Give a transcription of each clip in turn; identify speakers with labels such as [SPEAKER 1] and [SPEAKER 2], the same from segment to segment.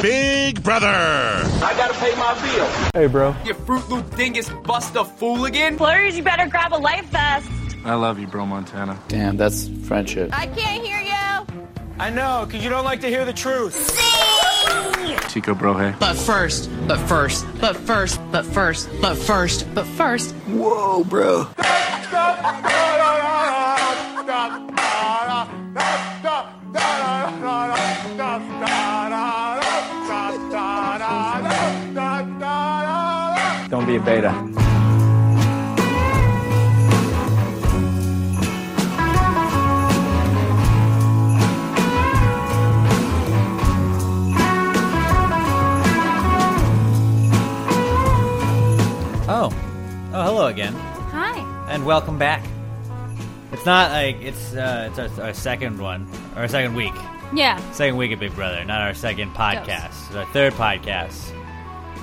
[SPEAKER 1] Big Brother.
[SPEAKER 2] I gotta pay my bill.
[SPEAKER 3] Hey, bro.
[SPEAKER 4] You Fruit Loop dingus bust a fool again?
[SPEAKER 5] Blurs, you better grab a life vest.
[SPEAKER 6] I love you, bro, Montana.
[SPEAKER 7] Damn, that's friendship.
[SPEAKER 5] I can't hear you.
[SPEAKER 8] I know, because you don't like to hear the truth.
[SPEAKER 6] Chico, bro, hey.
[SPEAKER 9] But first, but first, but first, but first, but first, but first.
[SPEAKER 7] Whoa, bro.
[SPEAKER 3] Don't be a beta.
[SPEAKER 10] Oh. Oh, hello again.
[SPEAKER 5] Hi.
[SPEAKER 10] And welcome back. It's not like it's uh, it's our, our second one, our second week.
[SPEAKER 5] Yeah.
[SPEAKER 10] Second week at Big Brother, not our second podcast. It's our third podcast.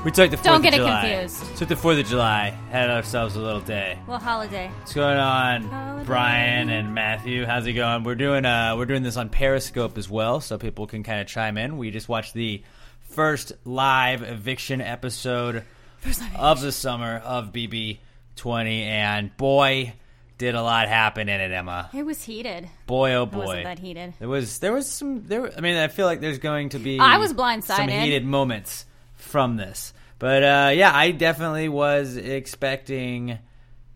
[SPEAKER 10] We took the 4th
[SPEAKER 5] Don't get
[SPEAKER 10] of
[SPEAKER 5] it
[SPEAKER 10] July.
[SPEAKER 5] confused.
[SPEAKER 10] Took the 4th of July, had ourselves a little day.
[SPEAKER 5] Well, holiday.
[SPEAKER 10] What's going on,
[SPEAKER 5] Holiday.
[SPEAKER 10] Brian and Matthew? How's it going? We're doing uh, we're doing this on Periscope as well, so people can kind of chime in. We just watched the first live eviction episode of the summer of BB twenty, and boy, did a lot happen in it, Emma.
[SPEAKER 5] It was heated.
[SPEAKER 10] Boy, oh
[SPEAKER 5] It
[SPEAKER 10] boy,
[SPEAKER 5] wasn't that heated.
[SPEAKER 10] There was there was some there. were- I mean, I feel like there's going to be.
[SPEAKER 5] I was blindsided.
[SPEAKER 10] Some heated moments from this, but uh, yeah, I definitely was expecting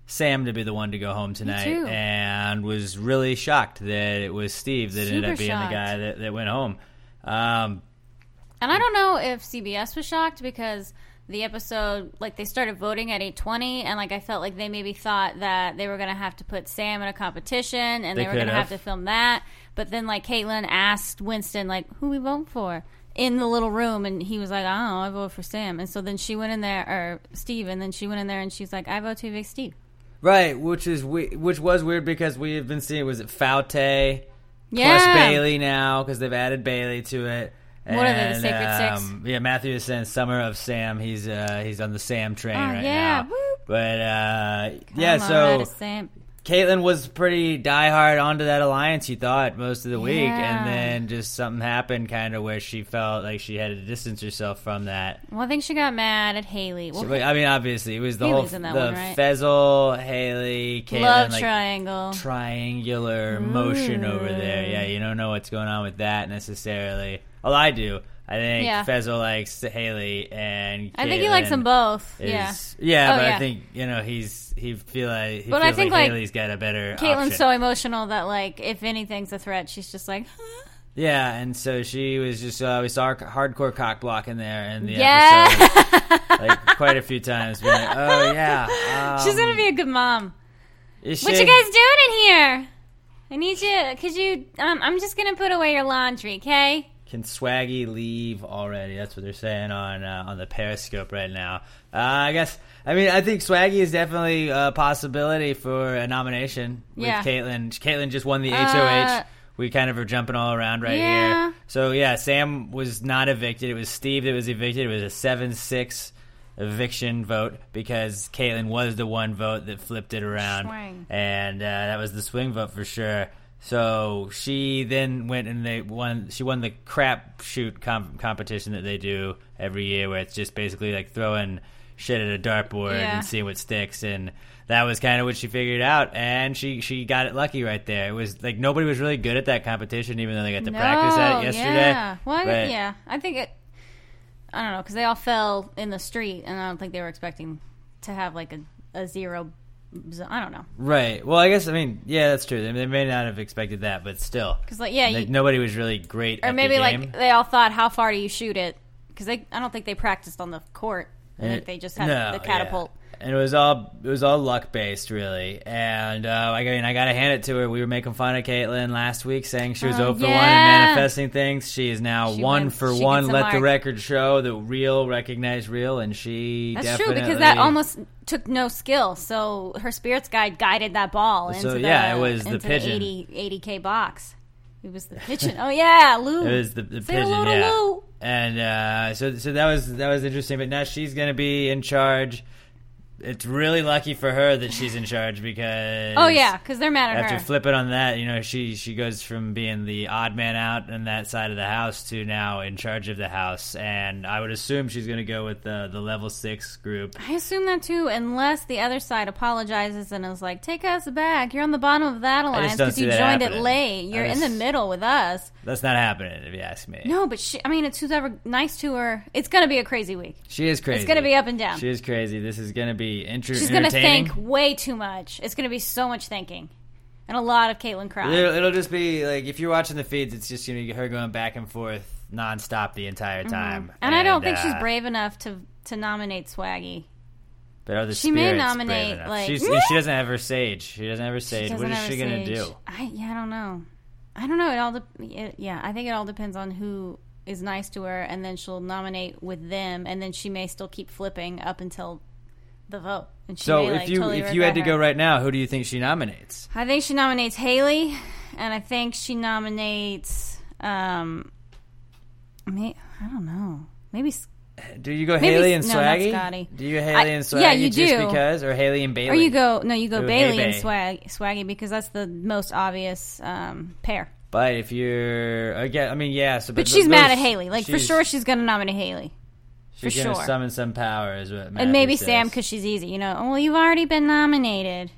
[SPEAKER 10] Sam to be the one to go home tonight,
[SPEAKER 5] too.
[SPEAKER 10] and was really shocked that it was Steve that ended
[SPEAKER 5] Super
[SPEAKER 10] up being
[SPEAKER 5] shocked.
[SPEAKER 10] the guy that, that went home. Um,
[SPEAKER 5] And I don't know if CBS was shocked because the episode, like, they started voting at 820, and, like, I felt like they maybe thought that they were going to have to put Sam in a competition and
[SPEAKER 10] They
[SPEAKER 5] they, were
[SPEAKER 10] could
[SPEAKER 5] going to have
[SPEAKER 10] have.
[SPEAKER 5] to film that. But then, like, Caitlin asked Winston, like, who we vote for in the little room, and he was like, I don't know, I vote for Sam. And so then she went in there, or Steve, and then she went in there and she's like, I vote to evict Steve.
[SPEAKER 10] right, which is we- which was weird because we have been seeing was it Faute
[SPEAKER 5] Yeah.
[SPEAKER 10] plus Bailey now because they've added Bailey to it. um,
[SPEAKER 5] What are they, the Sacred Six?
[SPEAKER 10] Yeah, Matthew is saying Summer of Sam. He's uh, he's on the Sam train
[SPEAKER 5] Oh,
[SPEAKER 10] right
[SPEAKER 5] yeah,
[SPEAKER 10] now.
[SPEAKER 5] whoop.
[SPEAKER 10] But uh,
[SPEAKER 5] I'm
[SPEAKER 10] yeah,
[SPEAKER 5] all
[SPEAKER 10] so
[SPEAKER 5] right, Sam.
[SPEAKER 10] Caitlyn was pretty diehard onto that alliance. You thought most of the week,
[SPEAKER 5] Yeah.
[SPEAKER 10] and then just something happened, kind of where she felt like she had to distance herself from that.
[SPEAKER 5] Well, I think she got mad at Haley. Well,
[SPEAKER 10] So, like, I mean, obviously, it was the
[SPEAKER 5] Hailey's
[SPEAKER 10] whole
[SPEAKER 5] in that
[SPEAKER 10] the
[SPEAKER 5] one, right?
[SPEAKER 10] Fezzle, Haley, Caitlyn,
[SPEAKER 5] love
[SPEAKER 10] like,
[SPEAKER 5] triangle.
[SPEAKER 10] triangular motion over there. Yeah,
[SPEAKER 5] Mm.
[SPEAKER 10] you don't know what's going on with that necessarily. Well, I do. I think
[SPEAKER 5] Yeah.
[SPEAKER 10] Fezzo likes Haley, and
[SPEAKER 5] I think he likes
[SPEAKER 10] Caitlyn
[SPEAKER 5] them both.
[SPEAKER 10] is-
[SPEAKER 5] yeah.
[SPEAKER 10] yeah,
[SPEAKER 5] Oh,
[SPEAKER 10] but
[SPEAKER 5] yeah.
[SPEAKER 10] I think you know he's he feel like he
[SPEAKER 5] But I
[SPEAKER 10] feels
[SPEAKER 5] think,
[SPEAKER 10] like,
[SPEAKER 5] like,
[SPEAKER 10] Haley's got a better. option.
[SPEAKER 5] Caitlin's so emotional that like if anything's a threat, she's just like,
[SPEAKER 10] Yeah, and so she was just uh, we saw her c- hardcore cock block in there in the
[SPEAKER 5] yeah,
[SPEAKER 10] episode like quite a few times. Being like, oh yeah, um,
[SPEAKER 5] she's gonna be a good mom.
[SPEAKER 10] you
[SPEAKER 5] What you
[SPEAKER 10] should-
[SPEAKER 5] guys doing in here? I need you. Could you? Um, I'm just gonna put away your laundry, okay?
[SPEAKER 10] Can Swaggy leave already? That's what they're saying on uh, on the Periscope right now. Uh, I guess. I mean, I think Swaggy is definitely a possibility for a nomination with
[SPEAKER 5] Yeah.
[SPEAKER 10] Caitlyn. Caitlyn just won the
[SPEAKER 5] Uh,
[SPEAKER 10] HOH. We kind of are jumping all around right
[SPEAKER 5] Yeah.
[SPEAKER 10] here. So yeah, Sam was not evicted. It was Steve that was evicted. It was a seven six eviction vote because Caitlyn was the one vote that flipped it around,
[SPEAKER 5] Swing.
[SPEAKER 10] and uh, that was the swing vote for sure. So she then went and they won. She won the crap shoot com- competition that they do every year, where it's just basically like throwing shit at a dartboard
[SPEAKER 5] Yeah.
[SPEAKER 10] and seeing what sticks. And that was kind of what she figured out, and she she got it lucky right there. It was like nobody was really good at that competition, even though they got to practice at it yesterday.
[SPEAKER 5] Oh, Yeah. Well,
[SPEAKER 10] But-
[SPEAKER 5] yeah. I think it. I don't know because they all fell in the street, and I don't think they were expecting to have like a a zero. z- I don't know
[SPEAKER 10] Right. Well, I guess I mean, yeah, that's true. They, they may not have expected that, but still,
[SPEAKER 5] because like yeah,
[SPEAKER 10] like
[SPEAKER 5] you,
[SPEAKER 10] nobody was really great.
[SPEAKER 5] or
[SPEAKER 10] at
[SPEAKER 5] maybe
[SPEAKER 10] the
[SPEAKER 5] like
[SPEAKER 10] game.
[SPEAKER 5] they all thought how far do you shoot it because they i don't think they practiced on the court i think they just had
[SPEAKER 10] Eh, No,
[SPEAKER 5] the catapult
[SPEAKER 10] yeah. And it was all it was all luck based, really. And uh, I mean, I gotta hand it to her. We were making fun of Caitlyn last week, saying she was zero
[SPEAKER 5] Oh,
[SPEAKER 10] for one
[SPEAKER 5] yeah.
[SPEAKER 10] and manifesting things. She is now
[SPEAKER 5] She
[SPEAKER 10] one
[SPEAKER 5] wins.
[SPEAKER 10] for
[SPEAKER 5] She gets
[SPEAKER 10] one.
[SPEAKER 5] the
[SPEAKER 10] Let the
[SPEAKER 5] mark.
[SPEAKER 10] record show the real recognize real, and she
[SPEAKER 5] that's
[SPEAKER 10] definitely,
[SPEAKER 5] true because that almost took no skill so her spirits guide guided that ball
[SPEAKER 10] So,
[SPEAKER 5] into
[SPEAKER 10] yeah,
[SPEAKER 5] the,
[SPEAKER 10] it was the
[SPEAKER 5] into
[SPEAKER 10] pigeon.
[SPEAKER 5] 80, k box it was the pigeon oh yeah lou
[SPEAKER 10] It was the, the
[SPEAKER 5] Say
[SPEAKER 10] pigeon,
[SPEAKER 5] hello to
[SPEAKER 10] yeah.
[SPEAKER 5] Lou.
[SPEAKER 10] And uh, so, so that was that was interesting. But now she's going to be in charge it's really lucky for her that she's in charge because
[SPEAKER 5] Oh yeah, because they're mad at
[SPEAKER 10] after
[SPEAKER 5] her.
[SPEAKER 10] flipping on that, you know, she she goes from being the odd man out on that side of the house to now in charge of the house, and I would assume she's going to go with the the level six group.
[SPEAKER 5] I assume that too, unless the other side apologizes and is like, "Take us back. You're on the bottom of that alliance
[SPEAKER 10] don't
[SPEAKER 5] because
[SPEAKER 10] see
[SPEAKER 5] you
[SPEAKER 10] that
[SPEAKER 5] joined it
[SPEAKER 10] happening.
[SPEAKER 5] late.
[SPEAKER 10] I
[SPEAKER 5] You're
[SPEAKER 10] just-
[SPEAKER 5] in the middle with us."
[SPEAKER 10] That's not happening, if you ask me.
[SPEAKER 5] No, but she, I mean, it's who's ever nice to her. It's gonna be a crazy week.
[SPEAKER 10] She is crazy.
[SPEAKER 5] gonna be up and down.
[SPEAKER 10] She is crazy. This is going to be inter-
[SPEAKER 5] She's gonna
[SPEAKER 10] entertaining.
[SPEAKER 5] think way too much. It's gonna be so much thinking, and a lot of Caitlyn crying.
[SPEAKER 10] It'll, it'll just be like if you're watching the feeds, it's just you know her going back and forth nonstop the entire time.
[SPEAKER 5] Mm-hmm. and, I don't think she's
[SPEAKER 10] uh,
[SPEAKER 5] brave enough to to nominate Swaggy.
[SPEAKER 10] But are the
[SPEAKER 5] She may
[SPEAKER 10] spirits
[SPEAKER 5] nominate,
[SPEAKER 10] brave enough?
[SPEAKER 5] like-
[SPEAKER 10] She's, she doesn't have her sage. She doesn't have her sage.
[SPEAKER 5] Doesn't
[SPEAKER 10] what is
[SPEAKER 5] have
[SPEAKER 10] she
[SPEAKER 5] her
[SPEAKER 10] gonna
[SPEAKER 5] sage.
[SPEAKER 10] do?
[SPEAKER 5] I yeah, I don't know. I don't know. It all de- it, yeah. I think it all depends on who is nice to her, and then she'll nominate with them, and then she may still keep flipping up until the vote. And she
[SPEAKER 10] So
[SPEAKER 5] may,
[SPEAKER 10] if
[SPEAKER 5] like,
[SPEAKER 10] you
[SPEAKER 5] totally
[SPEAKER 10] if you had
[SPEAKER 5] regret
[SPEAKER 10] to go
[SPEAKER 5] her.
[SPEAKER 10] right now, who do you think she nominates?
[SPEAKER 5] I think she nominates Haley, and I think she nominates. Um, may, I don't know. Maybe S-
[SPEAKER 10] Do you go
[SPEAKER 5] Maybe
[SPEAKER 10] Haley
[SPEAKER 5] s-
[SPEAKER 10] and
[SPEAKER 5] no, not
[SPEAKER 10] Swaggy?
[SPEAKER 5] Scotty.
[SPEAKER 10] do you Haley
[SPEAKER 5] I-
[SPEAKER 10] and Swaggy
[SPEAKER 5] yeah, you
[SPEAKER 10] just
[SPEAKER 5] do.
[SPEAKER 10] because, or Haley and
[SPEAKER 5] or
[SPEAKER 10] Bailey?
[SPEAKER 5] you go no, you go
[SPEAKER 10] Ooh,
[SPEAKER 5] Bailey
[SPEAKER 10] hey,
[SPEAKER 5] and
[SPEAKER 10] Bay.
[SPEAKER 5] Swag, Swaggy because that's the most obvious um, pair.
[SPEAKER 10] But if you're again, I mean, yeah. So,
[SPEAKER 5] But
[SPEAKER 10] th-
[SPEAKER 5] she's mad
[SPEAKER 10] those-
[SPEAKER 5] at Haley. Like for
[SPEAKER 10] she's-
[SPEAKER 5] sure, she's going to nominate Haley.
[SPEAKER 10] she's
[SPEAKER 5] for
[SPEAKER 10] gonna
[SPEAKER 5] sure.
[SPEAKER 10] summon some power, is what Matthew
[SPEAKER 5] and maybe
[SPEAKER 10] says.
[SPEAKER 5] Sam because she's easy. You know, well, you've already been nominated.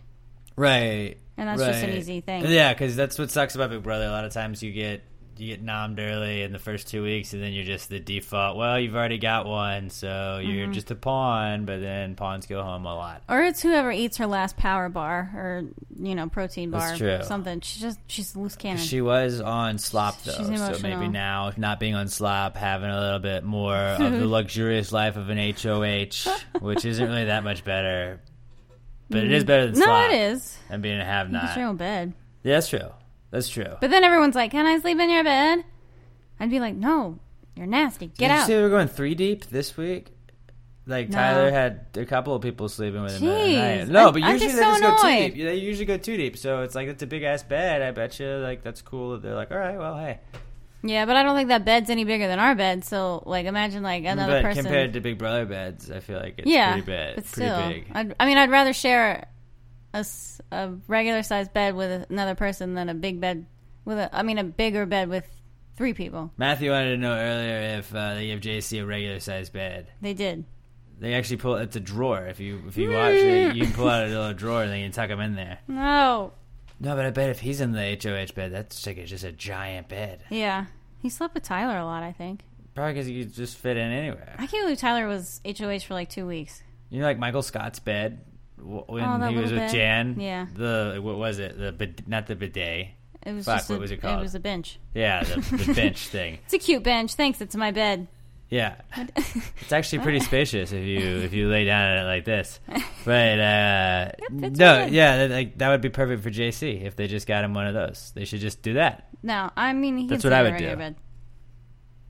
[SPEAKER 10] Right.
[SPEAKER 5] And that's just an
[SPEAKER 10] right.
[SPEAKER 5] easy thing.
[SPEAKER 10] Yeah, because that's what sucks about Big Brother. A lot of times you get you get nommed early in the first two weeks, and then you're just the default. Well, you've already got one, so you're
[SPEAKER 5] Mm-hmm.
[SPEAKER 10] just a pawn. But then pawns go home a lot.
[SPEAKER 5] Or it's whoever eats her last power bar or you know protein bar,
[SPEAKER 10] That's
[SPEAKER 5] or
[SPEAKER 10] true.
[SPEAKER 5] something. She's just she's loose cannon.
[SPEAKER 10] She was on slop though,
[SPEAKER 5] She's
[SPEAKER 10] so maybe
[SPEAKER 5] emotional.
[SPEAKER 10] now not being on slop, having a little bit more of the luxurious life of an HOH, which isn't really that much better. But it is better than
[SPEAKER 5] Mm. no,
[SPEAKER 10] slop.
[SPEAKER 5] it is.
[SPEAKER 10] And being a have
[SPEAKER 5] It's
[SPEAKER 10] not.
[SPEAKER 5] your own bed.
[SPEAKER 10] Yeah, that's true. That's true.
[SPEAKER 5] But then everyone's like, "Can I sleep in your bed?" I'd be like, "No, you're nasty. Get
[SPEAKER 10] Did
[SPEAKER 5] out."
[SPEAKER 10] you say we were going three deep this week? Like
[SPEAKER 5] No.
[SPEAKER 10] Tyler had a couple of people sleeping with him. the other
[SPEAKER 5] Jeez.
[SPEAKER 10] night. No,
[SPEAKER 5] I'm-
[SPEAKER 10] but
[SPEAKER 5] I'm
[SPEAKER 10] usually
[SPEAKER 5] just
[SPEAKER 10] they
[SPEAKER 5] so
[SPEAKER 10] just go too
[SPEAKER 5] annoyed.
[SPEAKER 10] deep. They usually go too deep. So it's like that's a big ass bed. I bet you like that's cool. that They're like, all right, well, hey.
[SPEAKER 5] yeah, but I don't think that bed's any bigger than our bed. So like, imagine like another
[SPEAKER 10] but
[SPEAKER 5] person.
[SPEAKER 10] compared to Big Brother beds, I feel like it's
[SPEAKER 5] yeah,
[SPEAKER 10] pretty big.
[SPEAKER 5] but still,
[SPEAKER 10] pretty big.
[SPEAKER 5] I'd, I mean, I'd rather share a, s- a regular sized bed with another person than a big bed with a. I mean, a bigger bed with three people.
[SPEAKER 10] Matthew wanted to know earlier if uh, they give JC a regular sized bed.
[SPEAKER 5] They did.
[SPEAKER 10] They actually pull it's a drawer. If you if you watch it, you can pull out a little drawer and then you tuck him in there.
[SPEAKER 5] No.
[SPEAKER 10] No, but I bet if he's in the HOH bed, that's like just a giant bed.
[SPEAKER 5] Yeah, he slept with Tyler a lot. I think.
[SPEAKER 10] Probably because you could just fit in anywhere.
[SPEAKER 5] I can't believe Tyler was HOH for like two weeks.
[SPEAKER 10] You know, like Michael Scott's bed w- when
[SPEAKER 5] Oh, that
[SPEAKER 10] he was
[SPEAKER 5] little
[SPEAKER 10] with
[SPEAKER 5] bed.
[SPEAKER 10] Jan.
[SPEAKER 5] Yeah.
[SPEAKER 10] The what was it? The bid- not the bidet.
[SPEAKER 5] It was
[SPEAKER 10] Fuck,
[SPEAKER 5] just
[SPEAKER 10] what
[SPEAKER 5] a,
[SPEAKER 10] was it called?
[SPEAKER 5] was a bench.
[SPEAKER 10] Yeah, the, the bench thing.
[SPEAKER 5] It's a cute bench. Thanks. It's my bed.
[SPEAKER 10] Yeah, it's actually pretty spacious if you if you lay down on it like this. But uh,
[SPEAKER 5] fits
[SPEAKER 10] no,
[SPEAKER 5] right in.
[SPEAKER 10] yeah, that, like that would be perfect for JC if they just got him one of those. They should just do that.
[SPEAKER 5] No, I mean he
[SPEAKER 10] That's
[SPEAKER 5] can
[SPEAKER 10] what I
[SPEAKER 5] sleep in
[SPEAKER 10] would
[SPEAKER 5] a regular
[SPEAKER 10] do.
[SPEAKER 5] Bed.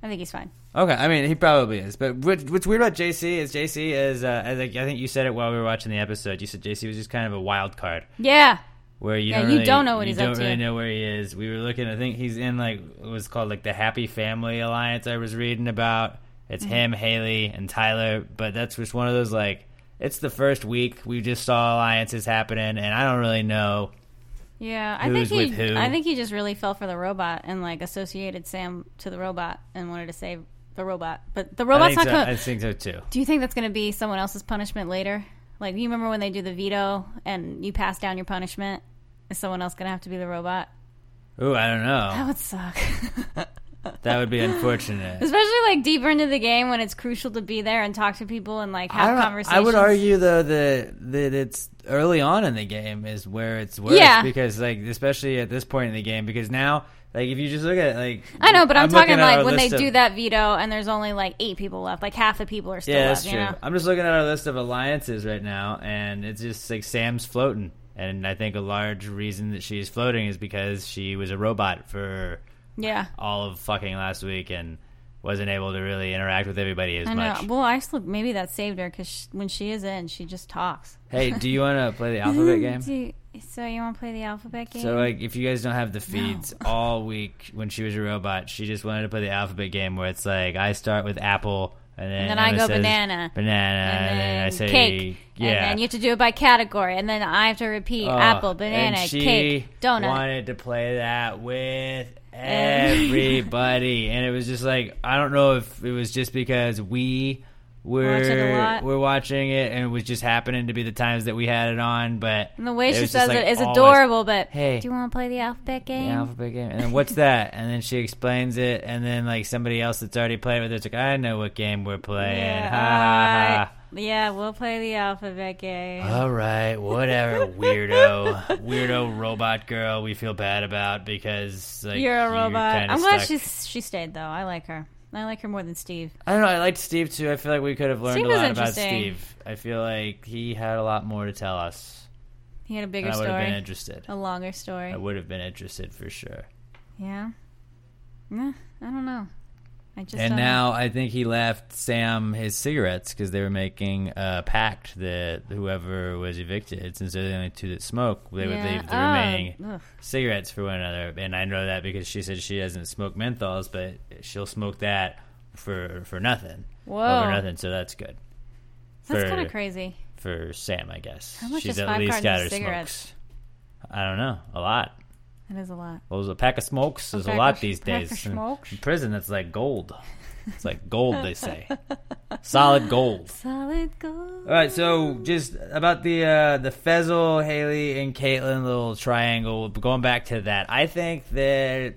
[SPEAKER 5] I think he's fine.
[SPEAKER 10] Okay, I mean he probably is, but what, what's weird about JC is JC is uh, I think I think you said it while we were watching the episode. You said JC was just kind of a wild card.
[SPEAKER 5] Yeah.
[SPEAKER 10] where you
[SPEAKER 5] Yeah,
[SPEAKER 10] don't
[SPEAKER 5] you
[SPEAKER 10] really-
[SPEAKER 5] don't know what
[SPEAKER 10] you
[SPEAKER 5] he's
[SPEAKER 10] don't
[SPEAKER 5] up to.
[SPEAKER 10] really know where he is. We were looking. I think he's in like it was called like the Happy Family Alliance. I was reading about. It's
[SPEAKER 5] Mm-hmm.
[SPEAKER 10] him, Haley, and Tyler. But that's just one of those like it's the first week we just saw alliances happening, and I don't really know.
[SPEAKER 5] Yeah, I
[SPEAKER 10] Who
[SPEAKER 5] think
[SPEAKER 10] is
[SPEAKER 5] he.
[SPEAKER 10] with who?
[SPEAKER 5] I think he just really fell for the robot and like associated Sam to the robot and wanted to save the robot. But the
[SPEAKER 10] I
[SPEAKER 5] robot's
[SPEAKER 10] think, so,
[SPEAKER 5] not coming.
[SPEAKER 10] I think so too.
[SPEAKER 5] Do you think that's going to be someone else's punishment later? Like you remember when they do the veto and you pass down your punishment? Is someone else going to have to be the robot?
[SPEAKER 10] Ooh, I don't
[SPEAKER 5] That
[SPEAKER 10] know.
[SPEAKER 5] would suck.
[SPEAKER 10] That would be unfortunate.
[SPEAKER 5] Especially like deeper into the game when it's crucial to be there and talk to people and like
[SPEAKER 10] I,
[SPEAKER 5] have
[SPEAKER 10] don't,
[SPEAKER 5] conversations.
[SPEAKER 10] I would argue though that that it's early on in the game is where it's worse
[SPEAKER 5] Yeah.
[SPEAKER 10] because like especially at this point in the game because now like if you just look at it, like
[SPEAKER 5] I know, but I'm,
[SPEAKER 10] looking
[SPEAKER 5] talking
[SPEAKER 10] at
[SPEAKER 5] like
[SPEAKER 10] our
[SPEAKER 5] when they
[SPEAKER 10] list of-
[SPEAKER 5] do that veto and there's only like eight people left. Like half the people are still
[SPEAKER 10] Yeah,
[SPEAKER 5] left.
[SPEAKER 10] that's true.
[SPEAKER 5] You know?
[SPEAKER 10] I'm just looking at our list of alliances right now, and it's just like Sam's floating. And I think a large reason that she's floating is because she was a robot for
[SPEAKER 5] Yeah.
[SPEAKER 10] all of fucking last week and wasn't able to really interact with everybody as
[SPEAKER 5] I know.
[SPEAKER 10] much.
[SPEAKER 5] Well, actually, maybe that saved her because sh- when she is in, she just talks.
[SPEAKER 10] Hey, do you want to play the alphabet game?
[SPEAKER 5] Do- so you want to play the alphabet game?
[SPEAKER 10] So, uh, like, if you guys don't have the feeds all week when she was a robot, she just wanted to play the alphabet game where it's like, I start with apple, And then,
[SPEAKER 5] then I
[SPEAKER 10] Emma
[SPEAKER 5] go
[SPEAKER 10] says,
[SPEAKER 5] banana.
[SPEAKER 10] Banana.
[SPEAKER 5] and
[SPEAKER 10] And then I say
[SPEAKER 5] cake.
[SPEAKER 10] yeah.
[SPEAKER 5] And then you have to do it by category. And then I have to repeat
[SPEAKER 10] Oh,
[SPEAKER 5] apple, banana,
[SPEAKER 10] and she
[SPEAKER 5] cake, donut.
[SPEAKER 10] Wanted to play that with everybody, and it was just like I don't know if it was just because we were
[SPEAKER 5] Watch it a lot.
[SPEAKER 10] were watching it, and it was just happening to be the times that we had it on. But
[SPEAKER 5] and the way
[SPEAKER 10] it
[SPEAKER 5] she
[SPEAKER 10] was just,
[SPEAKER 5] says
[SPEAKER 10] like,
[SPEAKER 5] it is
[SPEAKER 10] always-
[SPEAKER 5] adorable, but
[SPEAKER 10] Hey.
[SPEAKER 5] do you want to play the alphabet game?
[SPEAKER 10] The alphabet game, and then what's that? And then she explains it, and then like somebody else that's already played with it's like I know what game we're playing.
[SPEAKER 5] Yeah,
[SPEAKER 10] ha, ha, ha.
[SPEAKER 5] alright. Yeah, we'll play the alphabet game.
[SPEAKER 10] All right, whatever, weirdo, weirdo robot girl. We feel bad about because like,
[SPEAKER 5] You're a robot.
[SPEAKER 10] kinda
[SPEAKER 5] I'm glad
[SPEAKER 10] stuck.
[SPEAKER 5] she's she stayed though. I like her. I like her more than Steve.
[SPEAKER 10] I don't know. I liked Steve too. I feel like we could have learned
[SPEAKER 5] Steve
[SPEAKER 10] a
[SPEAKER 5] was
[SPEAKER 10] lot about
[SPEAKER 5] interesting.
[SPEAKER 10] Steve. I feel like he had a lot more to tell us.
[SPEAKER 5] He had a
[SPEAKER 10] And
[SPEAKER 5] bigger
[SPEAKER 10] I would have been
[SPEAKER 5] story,
[SPEAKER 10] interested.
[SPEAKER 5] a longer story.
[SPEAKER 10] I would have been interested for sure.
[SPEAKER 5] yeah. Nah, I don't know. I just
[SPEAKER 10] And
[SPEAKER 5] don't
[SPEAKER 10] now I think he left Sam his cigarettes because they were making a pact that whoever was evicted, since they're the only two that smoke, they
[SPEAKER 5] know.
[SPEAKER 10] would
[SPEAKER 5] Yeah.
[SPEAKER 10] leave the
[SPEAKER 5] Oh,
[SPEAKER 10] remaining
[SPEAKER 5] ugh.
[SPEAKER 10] cigarettes for one another. And I know that because she said she doesn't smoke menthols, but she'll smoke that for for nothing.
[SPEAKER 5] Whoa.
[SPEAKER 10] Over nothing, so that's good.
[SPEAKER 5] That's
[SPEAKER 10] for-
[SPEAKER 5] kind of crazy.
[SPEAKER 10] for Sam, I guess.
[SPEAKER 5] How much
[SPEAKER 10] She's
[SPEAKER 5] is
[SPEAKER 10] at
[SPEAKER 5] five
[SPEAKER 10] least
[SPEAKER 5] cartons
[SPEAKER 10] got
[SPEAKER 5] of
[SPEAKER 10] her
[SPEAKER 5] cigarettes?
[SPEAKER 10] smokes. I don't know. A lot.
[SPEAKER 5] That is a lot.
[SPEAKER 10] Well, there's a pack of smokes. There's a,
[SPEAKER 5] pack
[SPEAKER 10] lot
[SPEAKER 5] of-
[SPEAKER 10] these
[SPEAKER 5] pack of
[SPEAKER 10] days. In-
[SPEAKER 5] smokes?
[SPEAKER 10] In prison, that's like gold. It's like gold, they say. Solid gold.
[SPEAKER 5] Solid gold.
[SPEAKER 10] All right, so just about the uh, the Fezzle, Haley, and Caitlin little triangle. Going back to that, I think that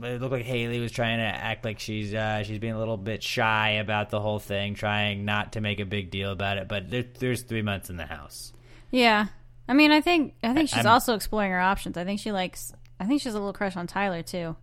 [SPEAKER 10] it looked like Haley was trying to act like she's uh, she's being a little bit shy about the whole thing, trying not to make a big deal about it. But there, there's three months in the house.
[SPEAKER 5] Yeah. I mean, I think I think she's
[SPEAKER 10] I'm-
[SPEAKER 5] also exploring her options. I think she likes. I think she's a little crush on Tyler too,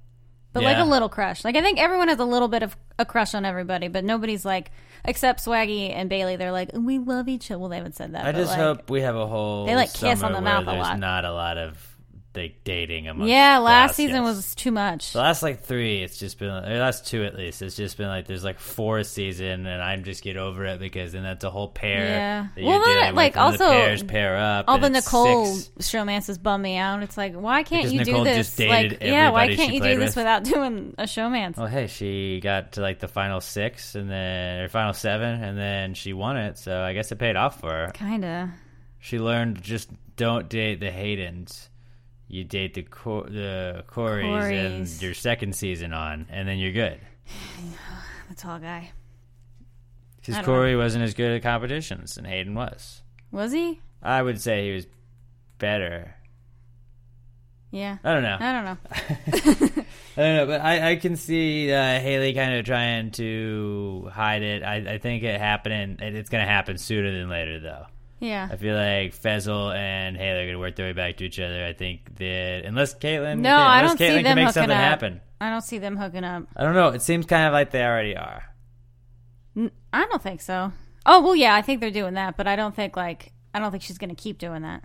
[SPEAKER 5] but
[SPEAKER 10] Yeah.
[SPEAKER 5] like a little crush. Like I think everyone has a little bit of a crush on everybody, but nobody's like except Swaggy and Bailey. They're like we love each other. Well, they haven't said that.
[SPEAKER 10] I
[SPEAKER 5] but,
[SPEAKER 10] just
[SPEAKER 5] like-
[SPEAKER 10] hope we have a whole
[SPEAKER 5] They, like, kiss
[SPEAKER 10] summer
[SPEAKER 5] on the
[SPEAKER 10] where
[SPEAKER 5] mouth a
[SPEAKER 10] there's
[SPEAKER 5] lot.
[SPEAKER 10] Not a lot of like dating among.
[SPEAKER 5] Yeah, last
[SPEAKER 10] us,
[SPEAKER 5] season
[SPEAKER 10] yes.
[SPEAKER 5] was too much.
[SPEAKER 10] The last like three, it's just been or last two at least. It's just been like there's like four a season, and I'm just get over it because then that's a whole pair.
[SPEAKER 5] Yeah.
[SPEAKER 10] that
[SPEAKER 5] Well,
[SPEAKER 10] you're
[SPEAKER 5] then,
[SPEAKER 10] dealing with,
[SPEAKER 5] like,
[SPEAKER 10] and the
[SPEAKER 5] also,
[SPEAKER 10] pairs pair up.
[SPEAKER 5] All
[SPEAKER 10] and
[SPEAKER 5] the
[SPEAKER 10] it's
[SPEAKER 5] Nicole
[SPEAKER 10] six.
[SPEAKER 5] showmances bum me out. It's like, why can't
[SPEAKER 10] Because
[SPEAKER 5] you
[SPEAKER 10] Nicole
[SPEAKER 5] do this?
[SPEAKER 10] just dated
[SPEAKER 5] like, yeah, why
[SPEAKER 10] everybody
[SPEAKER 5] can't
[SPEAKER 10] she
[SPEAKER 5] you
[SPEAKER 10] played
[SPEAKER 5] do this
[SPEAKER 10] with. Oh.
[SPEAKER 5] without doing a showmance?
[SPEAKER 10] Well, hey, she got to like the final six, and then or final seven, and then she won it. So I guess it paid off for her.
[SPEAKER 5] Kinda.
[SPEAKER 10] She learned just don't date the Haydens. You date the Cor- the Corys,
[SPEAKER 5] Corys.
[SPEAKER 10] and your second season on, and then you're good.
[SPEAKER 5] The tall guy I
[SPEAKER 10] Because
[SPEAKER 5] don't know.
[SPEAKER 10] Corey wasn't as good at competitions, and Hayden was.
[SPEAKER 5] was he?
[SPEAKER 10] I would say he was better.
[SPEAKER 5] Yeah.
[SPEAKER 10] I don't know.
[SPEAKER 5] I don't know.
[SPEAKER 10] I don't know, but I, I can see uh, Haley kind of trying to hide it. I, I think it happening. It, it's going to happen sooner than later, though.
[SPEAKER 5] Yeah.
[SPEAKER 10] I feel like Fezzle and Haley are going to work their way back to each other. I think that unless Caitlyn,
[SPEAKER 5] No, I
[SPEAKER 10] unless
[SPEAKER 5] don't see
[SPEAKER 10] Caitlyn
[SPEAKER 5] them
[SPEAKER 10] can make
[SPEAKER 5] hooking
[SPEAKER 10] something
[SPEAKER 5] up.
[SPEAKER 10] happen.
[SPEAKER 5] I don't see them hooking up.
[SPEAKER 10] I don't know. It seems kind of like they already are.
[SPEAKER 5] I don't think so. Oh well, yeah, I think they're doing that, but I don't think like I don't think she's gonna keep doing that.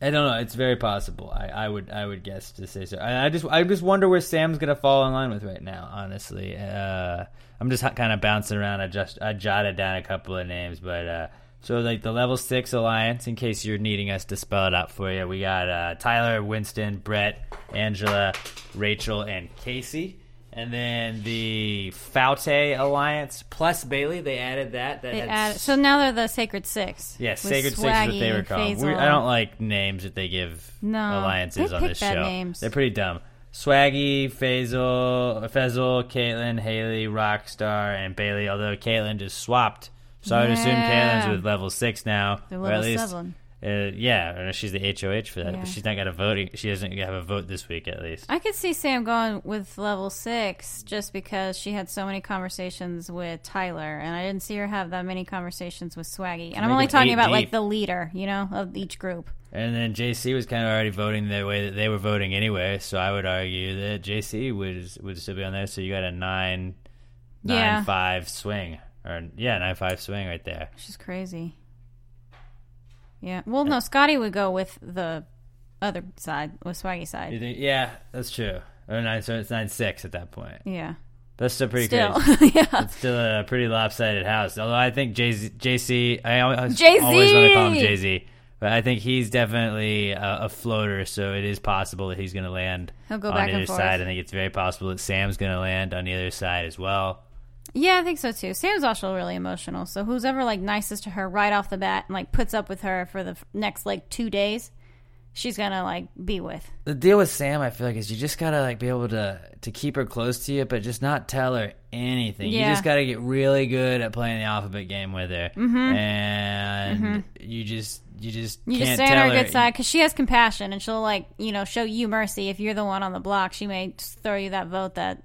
[SPEAKER 10] I don't know. It's very possible. I, I would I would guess to say so. I, I just I just wonder where Sam's gonna fall in line with right now. Honestly, uh, I'm just kind of bouncing around. I just I jotted down a couple of names, but uh, so like the level six alliance. In case you're needing us to spell it out for you, we got uh, Tyler, Winston, Brett, Angela, Rachel, and Casey. And then the Faute Alliance plus Bailey, they added that. that
[SPEAKER 5] They
[SPEAKER 10] had
[SPEAKER 5] add, so now they're the Sacred Six.
[SPEAKER 10] Yes,
[SPEAKER 5] with
[SPEAKER 10] Sacred Six is what
[SPEAKER 5] Swaggy
[SPEAKER 10] they were
[SPEAKER 5] and
[SPEAKER 10] called.
[SPEAKER 5] Faisal.
[SPEAKER 10] We- I don't like names that they give
[SPEAKER 5] No,
[SPEAKER 10] alliances
[SPEAKER 5] they
[SPEAKER 10] on
[SPEAKER 5] pick
[SPEAKER 10] this
[SPEAKER 5] bad
[SPEAKER 10] show.
[SPEAKER 5] names.
[SPEAKER 10] They're pretty dumb. Swaggy, Faisal, Fezzle, Caitlin, Haley, Rockstar, and Bailey. Although Caitlin just swapped, so I would assume
[SPEAKER 5] Yeah.
[SPEAKER 10] Caitlin's with level six now,
[SPEAKER 5] They're
[SPEAKER 10] or at
[SPEAKER 5] level
[SPEAKER 10] least.
[SPEAKER 5] seven.
[SPEAKER 10] Uh, yeah, I don't know, she's the HOH for that,
[SPEAKER 5] Yeah.
[SPEAKER 10] but she's not got a voting. She doesn't have a vote this week, at least.
[SPEAKER 5] I could see Sam going with level six just because she had so many conversations with Tyler, and I didn't see her have that many conversations with Swaggy. And I'm
[SPEAKER 10] make
[SPEAKER 5] only
[SPEAKER 10] them
[SPEAKER 5] talking
[SPEAKER 10] eight
[SPEAKER 5] about
[SPEAKER 10] deep.
[SPEAKER 5] like the leader, you know, of each group.
[SPEAKER 10] And then JC was kind of already voting the way that they were voting anyway, so I would argue that JC was would still be on there. So you got a nine, nine
[SPEAKER 5] Yeah.
[SPEAKER 10] five swing, or yeah, nine five swing right there.
[SPEAKER 5] She's crazy. Yeah. Well, no, Scotty would go with the other side, with Swaggy's
[SPEAKER 10] You
[SPEAKER 5] side.
[SPEAKER 10] think? Yeah, that's true. Or nine, so it's nine six at that point.
[SPEAKER 5] Yeah.
[SPEAKER 10] That's still pretty
[SPEAKER 5] Still.
[SPEAKER 10] crazy.
[SPEAKER 5] yeah.
[SPEAKER 10] It's still a pretty lopsided house. Although I think JC, JC I al- I always,
[SPEAKER 5] JZ.
[SPEAKER 10] want to call him Jay Z, but I think he's definitely a, a floater. So it is possible that he's going to land
[SPEAKER 5] He'll go
[SPEAKER 10] on
[SPEAKER 5] back and
[SPEAKER 10] either
[SPEAKER 5] forth.
[SPEAKER 10] side. I think it's very possible that Sam's going to land on the other side as well.
[SPEAKER 5] Yeah, I think so too. Sam's also really emotional. So who's ever like nicest to her right off the bat and like puts up with her for the f- next like two days, she's gonna like be with.
[SPEAKER 10] The deal with Sam, I feel like, is you just gotta like be able to to keep her close to you, but just not tell her anything. You
[SPEAKER 5] Yeah. Mm-hmm.
[SPEAKER 10] just gotta get really good at playing the alphabet game with her, and you just you just
[SPEAKER 5] You
[SPEAKER 10] can't
[SPEAKER 5] just stay on
[SPEAKER 10] tell
[SPEAKER 5] her good side because she has compassion and she'll like you know show you mercy if you're the one on the block. She may just throw you that vote that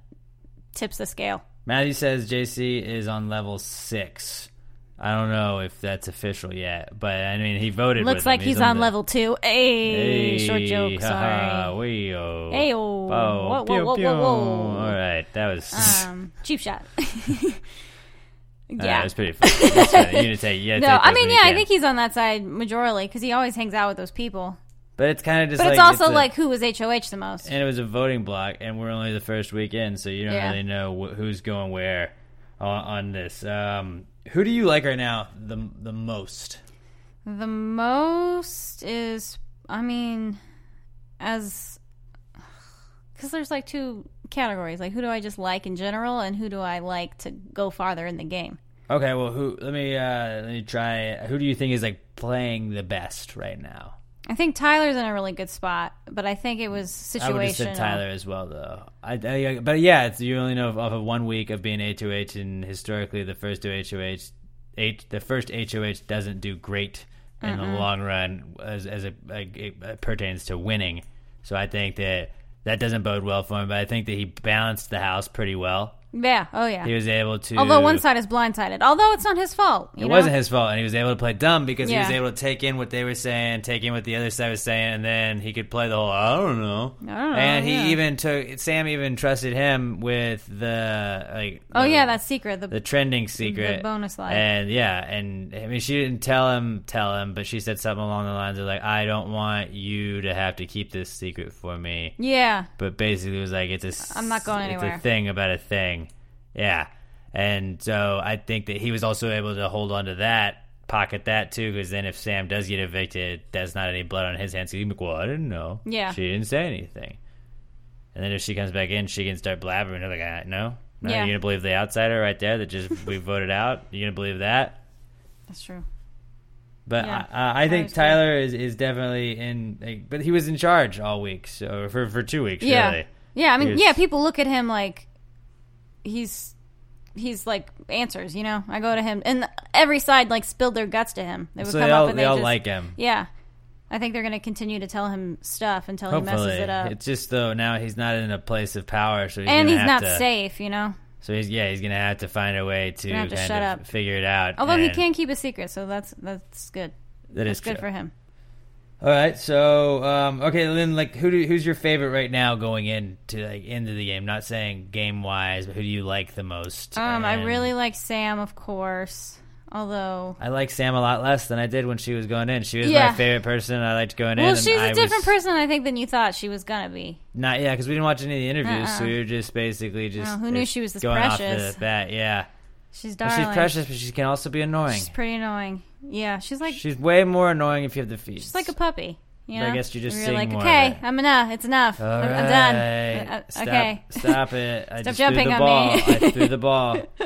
[SPEAKER 5] tips the scale.
[SPEAKER 10] Matthew says JC is on level six. I don't know if that's official yet, but I mean he voted. with
[SPEAKER 5] Looks
[SPEAKER 10] him.
[SPEAKER 5] like he's, on
[SPEAKER 10] the-
[SPEAKER 5] level two. Hey, short joke.
[SPEAKER 10] haha,
[SPEAKER 5] Sorry.
[SPEAKER 10] wee-oh.
[SPEAKER 5] Ayo.
[SPEAKER 10] Oh,
[SPEAKER 5] Whoa, whoa,
[SPEAKER 10] pew,
[SPEAKER 5] whoa, whoa,
[SPEAKER 10] pew.
[SPEAKER 5] whoa.
[SPEAKER 10] All right, that was.
[SPEAKER 5] Um, cheap shot.
[SPEAKER 10] All right,
[SPEAKER 5] yeah.
[SPEAKER 10] that's pretty. Funny. That's funny. You need to take. You gotta
[SPEAKER 5] no,
[SPEAKER 10] take
[SPEAKER 5] I
[SPEAKER 10] those
[SPEAKER 5] mean,
[SPEAKER 10] when you
[SPEAKER 5] yeah, I
[SPEAKER 10] can.
[SPEAKER 5] think he's on that side majorly because he always hangs out with those people.
[SPEAKER 10] But it's kind of just.
[SPEAKER 5] But it's
[SPEAKER 10] like,
[SPEAKER 5] also
[SPEAKER 10] a-
[SPEAKER 5] like who was HOH the most.
[SPEAKER 10] and it was a voting block, and we're only the first weekend, so you don't
[SPEAKER 5] Yeah.
[SPEAKER 10] really know wh- who's going where on, on this. Um, who do you like right now the the most?
[SPEAKER 5] The most is, I mean, as because there's like two categories. Like, who do I just like in general, and who do I like to go farther in the game?
[SPEAKER 10] Okay, well, who? Let me uh, let me try. Who do you think is like playing the best right now?
[SPEAKER 5] I think Tyler's in a really good spot, but I think it was situational.
[SPEAKER 10] I would have said Tyler as well, though. I, I- but yeah, it's, you only know off of one week of being A2H, and historically, the first two HOH, eight, the first HOH doesn't do great in
[SPEAKER 5] Mm-hmm.
[SPEAKER 10] the long run as as it, like, it pertains to winning. So I think that that doesn't bode well for him. But I think that he balanced the house pretty well.
[SPEAKER 5] Yeah. Oh yeah.
[SPEAKER 10] He was able to,
[SPEAKER 5] Although one side is blindsided. Although it's not his fault.
[SPEAKER 10] it wasn't his fault, and he was able to play dumb because
[SPEAKER 5] Yeah.
[SPEAKER 10] he was able to take in what they were saying, take in what the other side was saying, and then he could play the whole I don't know.
[SPEAKER 5] I don't know,
[SPEAKER 10] and
[SPEAKER 5] yeah.
[SPEAKER 10] he even took Sam even trusted him with the like.
[SPEAKER 5] Oh
[SPEAKER 10] the-
[SPEAKER 5] yeah, that secret. The,
[SPEAKER 10] the trending secret
[SPEAKER 5] the bonus line.
[SPEAKER 10] And yeah, and I mean she didn't tell him tell him, but she said something along the lines of like I don't want you to have to keep this secret for me.
[SPEAKER 5] yeah.
[SPEAKER 10] But basically, it was like it's a. s-
[SPEAKER 5] I'm not going anywhere.
[SPEAKER 10] It's a thing about a thing, yeah. And so I think that he was also able to hold on to that, pocket that too, because then if Sam does get evicted, there's not any blood on his hands. He's like, well, I didn't know.
[SPEAKER 5] Yeah.
[SPEAKER 10] she didn't say anything. And then if she comes back in, she can start blabbering. They're like, ah, no, no,
[SPEAKER 5] Yeah.
[SPEAKER 10] you're gonna believe the outsider right there that just we voted out. You're gonna believe that.
[SPEAKER 5] That's true.
[SPEAKER 10] But
[SPEAKER 5] Yeah.
[SPEAKER 10] I, I, I think
[SPEAKER 5] Tyler's good.
[SPEAKER 10] Tyler is, is definitely in, like, but he was in charge all week, so for for two weeks,
[SPEAKER 5] Yeah.
[SPEAKER 10] really.
[SPEAKER 5] Yeah, I mean,
[SPEAKER 10] Here's-
[SPEAKER 5] yeah, people look at him like he's he's like answers, you know. I go to him and every side like spilled their guts to him. They would
[SPEAKER 10] So
[SPEAKER 5] come
[SPEAKER 10] they
[SPEAKER 5] up
[SPEAKER 10] all,
[SPEAKER 5] and
[SPEAKER 10] they all
[SPEAKER 5] just,
[SPEAKER 10] like him.
[SPEAKER 5] Yeah. I think they're going to continue to tell him stuff until he
[SPEAKER 10] Hopefully,
[SPEAKER 5] messes it up.
[SPEAKER 10] it's just though now he's not in a place of power, so he's gonna
[SPEAKER 5] and he's
[SPEAKER 10] have
[SPEAKER 5] not
[SPEAKER 10] to,
[SPEAKER 5] safe, you know.
[SPEAKER 10] So he's yeah, he's gonna have to find a way to
[SPEAKER 5] gonna
[SPEAKER 10] kind
[SPEAKER 5] have to
[SPEAKER 10] of
[SPEAKER 5] shut up.
[SPEAKER 10] figure it out.
[SPEAKER 5] Although he
[SPEAKER 10] and
[SPEAKER 5] can keep a secret, so that's that's good.
[SPEAKER 10] that
[SPEAKER 5] That's
[SPEAKER 10] is
[SPEAKER 5] good
[SPEAKER 10] true.
[SPEAKER 5] for him.
[SPEAKER 10] All right, so um, okay, then like who do, who's your favorite right now going into like into the game? Not saying game wise, but who do you like the most?
[SPEAKER 5] Um, I
[SPEAKER 10] And
[SPEAKER 5] really like Sam, of course. Although
[SPEAKER 10] I like Sam a lot less than I did when she was going in. She was
[SPEAKER 5] Yeah.
[SPEAKER 10] my favorite person. I liked going in.
[SPEAKER 5] well,
[SPEAKER 10] and
[SPEAKER 5] she's
[SPEAKER 10] I
[SPEAKER 5] a
[SPEAKER 10] was-
[SPEAKER 5] different person, I think, than you thought she was gonna be.
[SPEAKER 10] Not yeah, because we didn't watch any of the interviews, so
[SPEAKER 5] Uh-uh.
[SPEAKER 10] we were just basically just
[SPEAKER 5] Oh, who knew
[SPEAKER 10] just
[SPEAKER 5] she was this
[SPEAKER 10] going off
[SPEAKER 5] precious?
[SPEAKER 10] the bat. Yeah,
[SPEAKER 5] She's
[SPEAKER 10] Well,
[SPEAKER 5] darling.
[SPEAKER 10] she's precious, but she can also be annoying.
[SPEAKER 5] She's pretty annoying. Yeah, she's like
[SPEAKER 10] She's way more annoying if you have the feet.
[SPEAKER 5] It's like a puppy. You know?
[SPEAKER 10] I guess you just
[SPEAKER 5] You're
[SPEAKER 10] sing
[SPEAKER 5] like,
[SPEAKER 10] more of
[SPEAKER 5] okay,
[SPEAKER 10] it.
[SPEAKER 5] I'm enough. It's enough.
[SPEAKER 10] All
[SPEAKER 5] I'm, I'm done.
[SPEAKER 10] right.
[SPEAKER 5] Uh,
[SPEAKER 10] Stop-
[SPEAKER 5] okay.
[SPEAKER 10] Stop it. I just
[SPEAKER 5] jumping
[SPEAKER 10] threw the
[SPEAKER 5] on
[SPEAKER 10] ball.
[SPEAKER 5] me.
[SPEAKER 10] I threw the ball.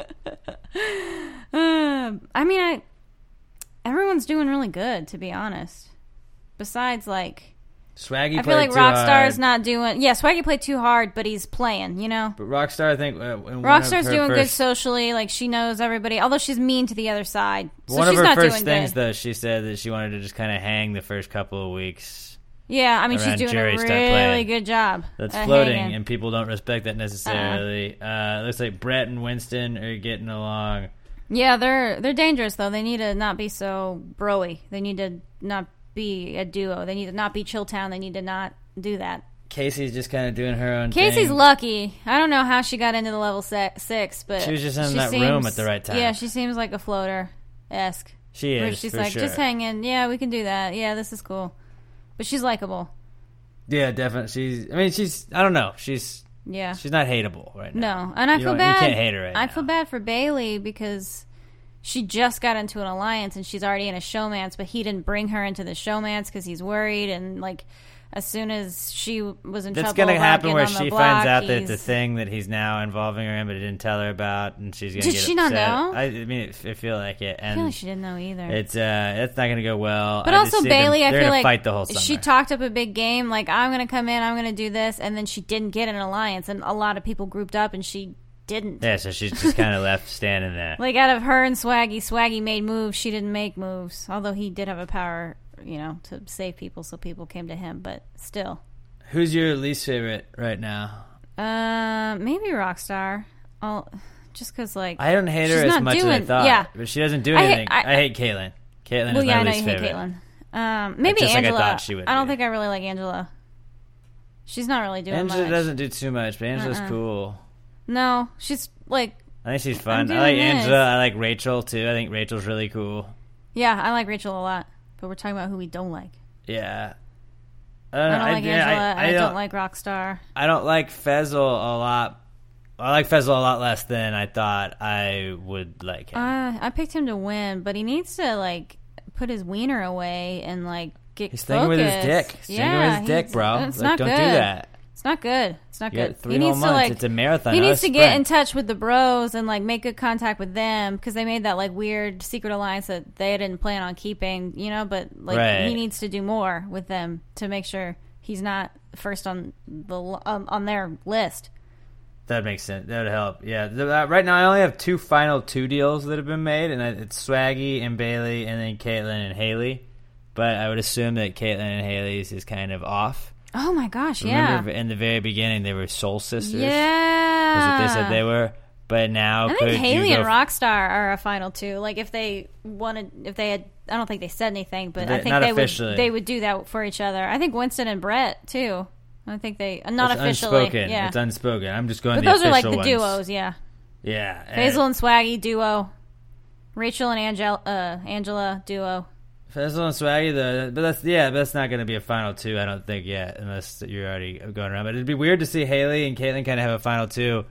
[SPEAKER 5] Um, I mean, I everyone's doing really good, to be honest. Besides, like,
[SPEAKER 10] Swaggy
[SPEAKER 5] I
[SPEAKER 10] played
[SPEAKER 5] feel like
[SPEAKER 10] too
[SPEAKER 5] Rockstar's
[SPEAKER 10] hard.
[SPEAKER 5] not doing. Yeah, Swaggy played too hard, but he's playing. You know,
[SPEAKER 10] But Rockstar, I think. Uh, in one of
[SPEAKER 5] Rockstar's
[SPEAKER 10] her
[SPEAKER 5] doing good
[SPEAKER 10] first-
[SPEAKER 5] socially. Like, she knows everybody, although she's mean to the other side. So
[SPEAKER 10] One
[SPEAKER 5] she's
[SPEAKER 10] of her
[SPEAKER 5] not
[SPEAKER 10] first
[SPEAKER 5] doing
[SPEAKER 10] things,
[SPEAKER 5] good.
[SPEAKER 10] though, she said that she wanted to just kind of hang the first couple of weeks.
[SPEAKER 5] yeah, I mean, she's
[SPEAKER 10] around
[SPEAKER 5] doing
[SPEAKER 10] jury
[SPEAKER 5] a
[SPEAKER 10] start
[SPEAKER 5] really
[SPEAKER 10] playing.
[SPEAKER 5] good job.
[SPEAKER 10] That's
[SPEAKER 5] at
[SPEAKER 10] floating,
[SPEAKER 5] hanging.
[SPEAKER 10] and people don't respect that necessarily.
[SPEAKER 5] Uh-huh.
[SPEAKER 10] uh looks like Brett and Winston are getting along.
[SPEAKER 5] Yeah, they're they're dangerous though. They need to not be so broy. They need to not be a duo. They need to not be Chilltown. They need to not do that.
[SPEAKER 10] Casey's just kind of doing her own thing.
[SPEAKER 5] Casey's lucky. I don't know how she got into the level se- six, but
[SPEAKER 10] She was just in
[SPEAKER 5] she
[SPEAKER 10] that
[SPEAKER 5] seems-
[SPEAKER 10] room at the right time.
[SPEAKER 5] Yeah, she seems like a floater esque.
[SPEAKER 10] She
[SPEAKER 5] Where
[SPEAKER 10] is.
[SPEAKER 5] she's
[SPEAKER 10] for
[SPEAKER 5] like,
[SPEAKER 10] sure.
[SPEAKER 5] just hanging. Yeah, we can do that. Yeah, this is cool. But she's likable.
[SPEAKER 10] Yeah, definitely. She's. I mean, she's. I don't know. She's.
[SPEAKER 5] Yeah.
[SPEAKER 10] She's not hateable right now.
[SPEAKER 5] No, and I
[SPEAKER 10] You
[SPEAKER 5] feel
[SPEAKER 10] don't-
[SPEAKER 5] bad.
[SPEAKER 10] You can't hate her right
[SPEAKER 5] I
[SPEAKER 10] now.
[SPEAKER 5] feel bad for Bailey because she just got into an alliance and she's already in a showman's, but he didn't bring her into the showman's because he's worried and like. as soon as she was in
[SPEAKER 10] That's
[SPEAKER 5] trouble,
[SPEAKER 10] gonna
[SPEAKER 5] about
[SPEAKER 10] happen
[SPEAKER 5] getting
[SPEAKER 10] where
[SPEAKER 5] on the
[SPEAKER 10] she
[SPEAKER 5] block,
[SPEAKER 10] finds out that the
[SPEAKER 5] he's-
[SPEAKER 10] thing that he's now involving her in, but didn't tell her about, and she's gonna
[SPEAKER 5] Did
[SPEAKER 10] get
[SPEAKER 5] she not
[SPEAKER 10] upset.
[SPEAKER 5] know?
[SPEAKER 10] I, I mean, it, I feel like it,
[SPEAKER 5] I
[SPEAKER 10] and
[SPEAKER 5] feel like she didn't know either.
[SPEAKER 10] it's uh, it's not gonna go well.
[SPEAKER 5] but
[SPEAKER 10] I just
[SPEAKER 5] also
[SPEAKER 10] see them-
[SPEAKER 5] Bailey, I
[SPEAKER 10] they're
[SPEAKER 5] feel
[SPEAKER 10] gonna
[SPEAKER 5] like
[SPEAKER 10] fight the whole summer.
[SPEAKER 5] she talked up a big game, like I'm gonna come in, I'm gonna do this, and then she didn't get an alliance, and a lot of people grouped up, and she didn't.
[SPEAKER 10] yeah, so she's just kind of left standing there.
[SPEAKER 5] Like out of her and Swaggy, Swaggy made moves. She didn't make moves, although he did have a power, you know, to save people, so people came to him. But still,
[SPEAKER 10] Who's your least favorite right now?
[SPEAKER 5] uh, maybe Rockstar. I'll, just because like
[SPEAKER 10] I don't hate her
[SPEAKER 5] She's
[SPEAKER 10] as
[SPEAKER 5] not
[SPEAKER 10] much as I
[SPEAKER 5] doing-
[SPEAKER 10] thought.
[SPEAKER 5] yeah.
[SPEAKER 10] but she doesn't do
[SPEAKER 5] I hate-
[SPEAKER 10] anything. I,
[SPEAKER 5] I-
[SPEAKER 10] hate Caitlyn. Caitlyn
[SPEAKER 5] well,
[SPEAKER 10] is my
[SPEAKER 5] yeah, I know
[SPEAKER 10] least
[SPEAKER 5] you
[SPEAKER 10] favorite.
[SPEAKER 5] hate Caitlyn. Um, maybe
[SPEAKER 10] Just like I
[SPEAKER 5] Angela.
[SPEAKER 10] thought she would
[SPEAKER 5] I don't
[SPEAKER 10] be.
[SPEAKER 5] think I really like Angela. She's not really doing
[SPEAKER 10] Angela
[SPEAKER 5] much.
[SPEAKER 10] doesn't do too much, but Angela's
[SPEAKER 5] Uh-uh.
[SPEAKER 10] cool.
[SPEAKER 5] No, she's like,
[SPEAKER 10] I think she's fun. I
[SPEAKER 5] doing
[SPEAKER 10] like
[SPEAKER 5] this.
[SPEAKER 10] Angela. I like Rachel too. I think Rachel's really cool.
[SPEAKER 5] yeah, I like Rachel a lot, but we're talking about who we don't like.
[SPEAKER 10] Yeah.
[SPEAKER 5] I
[SPEAKER 10] don't
[SPEAKER 5] don't
[SPEAKER 10] know,
[SPEAKER 5] like
[SPEAKER 10] yeah,
[SPEAKER 5] Angela. I, don't,
[SPEAKER 10] don't-
[SPEAKER 5] like Rockstar.
[SPEAKER 10] I don't like Fezzle a lot. I like Fezzle a lot less than I thought I would like him.
[SPEAKER 5] Uh, I picked him to win, but he needs to like put his wiener away and like get.
[SPEAKER 10] He's thinking with his dick.
[SPEAKER 5] focused.
[SPEAKER 10] He's thinking
[SPEAKER 5] Yeah,
[SPEAKER 10] with his dick,
[SPEAKER 5] he's-
[SPEAKER 10] bro.
[SPEAKER 5] It's
[SPEAKER 10] Like,
[SPEAKER 5] not
[SPEAKER 10] don't
[SPEAKER 5] good.
[SPEAKER 10] do that.
[SPEAKER 5] It's not good. It's not
[SPEAKER 10] You got
[SPEAKER 5] good.
[SPEAKER 10] three
[SPEAKER 5] he
[SPEAKER 10] whole
[SPEAKER 5] needs to
[SPEAKER 10] months.
[SPEAKER 5] like
[SPEAKER 10] It's a marathon,
[SPEAKER 5] He
[SPEAKER 10] not a
[SPEAKER 5] needs to get
[SPEAKER 10] sprint.
[SPEAKER 5] in touch with the bros and like make good contact with them because they made that like weird secret alliance that they didn't plan on keeping, you know. But like
[SPEAKER 10] Right.
[SPEAKER 5] he needs to do more with them to make sure he's not first on the l- um, on their list.
[SPEAKER 10] That makes sense. That would help. Yeah. Th- uh, right now, I only have two final two deals that have been made, and I- it's Swaggy and Bailey, and then Caitlyn and Haley. But I would assume that Caitlyn and Haley's is kind of off.
[SPEAKER 5] Oh my gosh! Yeah.
[SPEAKER 10] Remember, in the very beginning, they were soul sisters.
[SPEAKER 5] yeah.
[SPEAKER 10] Is what they said they were. But now,
[SPEAKER 5] I
[SPEAKER 10] could
[SPEAKER 5] think Haley
[SPEAKER 10] you
[SPEAKER 5] and
[SPEAKER 10] go-
[SPEAKER 5] Rockstar are a final two. Like if they wanted, if they had, I don't think they said anything, but
[SPEAKER 10] They-
[SPEAKER 5] I think
[SPEAKER 10] not
[SPEAKER 5] they
[SPEAKER 10] officially.
[SPEAKER 5] would they would do that for each other. I think Winston and Brett too. I think they uh, not
[SPEAKER 10] It's
[SPEAKER 5] officially,
[SPEAKER 10] unspoken.
[SPEAKER 5] yeah.
[SPEAKER 10] It's unspoken. I'm just going.
[SPEAKER 5] but
[SPEAKER 10] the
[SPEAKER 5] those are like the
[SPEAKER 10] official ones.
[SPEAKER 5] duos, yeah.
[SPEAKER 10] Yeah.
[SPEAKER 5] Basil and Swaggy duo, Rachel and Angel- uh, Angela duo.
[SPEAKER 10] Fizzle and Swaggy, though, but that's yeah, but that's not going to be a final two, I don't think yet, unless you're already going around. But it'd be weird to see Haley and Caitlyn kind of have a final two,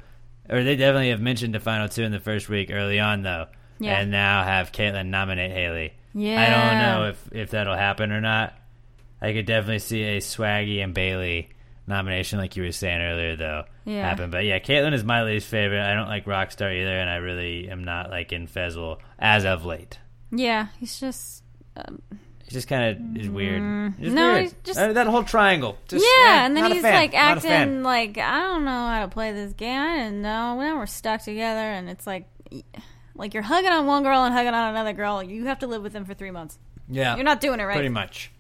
[SPEAKER 10] or they definitely have mentioned a final two in the first week early on, though,
[SPEAKER 5] Yeah.
[SPEAKER 10] and now have Caitlyn nominate Haley.
[SPEAKER 5] Yeah,
[SPEAKER 10] I don't know if if that'll happen or not. I could definitely see a Swaggy and Bailey nomination, like you were saying earlier, though,
[SPEAKER 5] Yeah.
[SPEAKER 10] happen. But yeah, Caitlyn is my least favorite. I don't like Rockstar either, and I really am not like in Fezzle as of late.
[SPEAKER 5] Yeah, he's just
[SPEAKER 10] It's just kind of is weird. It's
[SPEAKER 5] Mm-hmm. No,
[SPEAKER 10] weird.
[SPEAKER 5] he's just-
[SPEAKER 10] Uh, that whole triangle. Just,
[SPEAKER 5] yeah,
[SPEAKER 10] eh,
[SPEAKER 5] and then
[SPEAKER 10] not a
[SPEAKER 5] he's
[SPEAKER 10] fan,
[SPEAKER 5] like
[SPEAKER 10] not a fan.
[SPEAKER 5] acting like I don't know how to play this game. I didn't know. Now we're stuck together, and it's like, like you're hugging on one girl and hugging on another girl. You have to live with them for three months.
[SPEAKER 10] Yeah,
[SPEAKER 5] You're not doing it right.
[SPEAKER 10] pretty much.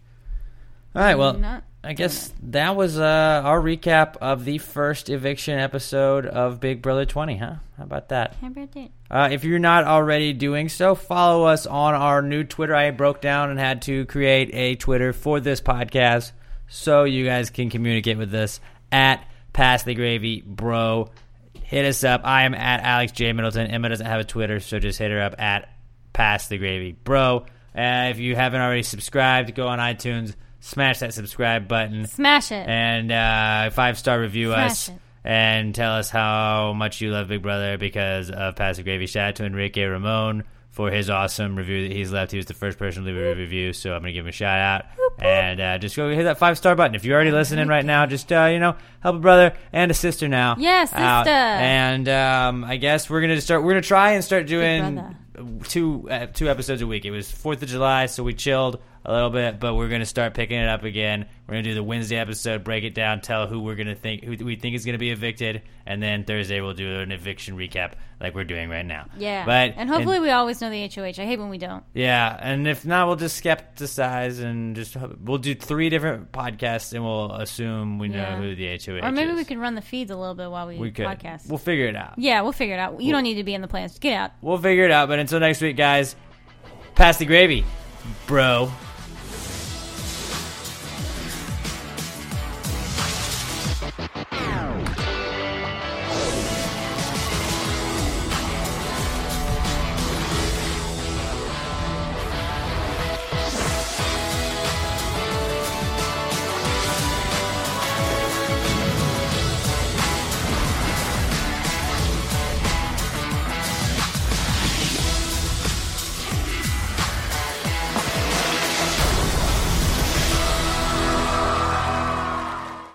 [SPEAKER 10] All right, well,
[SPEAKER 5] not
[SPEAKER 10] I guess that was uh, our recap of the first eviction episode of Big Brother 20, huh? How about that?
[SPEAKER 5] Happy birthday.
[SPEAKER 10] Uh, if you're not already doing so, follow us on our new Twitter. I broke down and had to create a Twitter for this podcast so you guys can communicate with us at Pass the Gravy Bro. Hit us up. I am at Alex J. Middleton. Emma doesn't have a Twitter, so just hit her up at Pass the Gravy Bro. Uh, if you haven't already subscribed, go on iTunes, smash that subscribe button
[SPEAKER 5] Smash it.
[SPEAKER 10] and uh, five star review
[SPEAKER 5] Smash
[SPEAKER 10] us
[SPEAKER 5] it.
[SPEAKER 10] and tell us how much you love Big Brother because of Passive Gravy. Shout out to Enrique Ramon for his awesome review that he's left. He was the first person to leave a review, so I'm gonna give him a shout out. And uh, just go hit that five star button if you're already listening right now. Just uh, you know, help a brother and a sister now.
[SPEAKER 5] Yeah, sister.
[SPEAKER 10] out. And um, I guess we're gonna start. We're gonna try and start doing
[SPEAKER 5] brother.
[SPEAKER 10] two uh, two episodes a week. It was Fourth of July, so we chilled a little bit, but we're gonna start picking it up again. We're gonna do the Wednesday episode, break it down, tell who we're gonna think who we think is gonna be evicted, and then Thursday we'll do an eviction recap like we're doing right now.
[SPEAKER 5] yeah.
[SPEAKER 10] but
[SPEAKER 5] and hopefully we always know the HOH. I hate when we don't.
[SPEAKER 10] yeah, and if not, we'll just skepticize and just we'll do three different podcasts, and we'll assume we know
[SPEAKER 5] Yeah.
[SPEAKER 10] who the HOH
[SPEAKER 5] Or maybe
[SPEAKER 10] is.
[SPEAKER 5] we could run the feeds a little bit while we,
[SPEAKER 10] we could
[SPEAKER 5] podcast.
[SPEAKER 10] we'll figure it out.
[SPEAKER 5] yeah, we'll figure it out. You don't need to be in the plans. Get out.
[SPEAKER 10] We'll figure it out. But until next week, guys, pass the gravy, bro.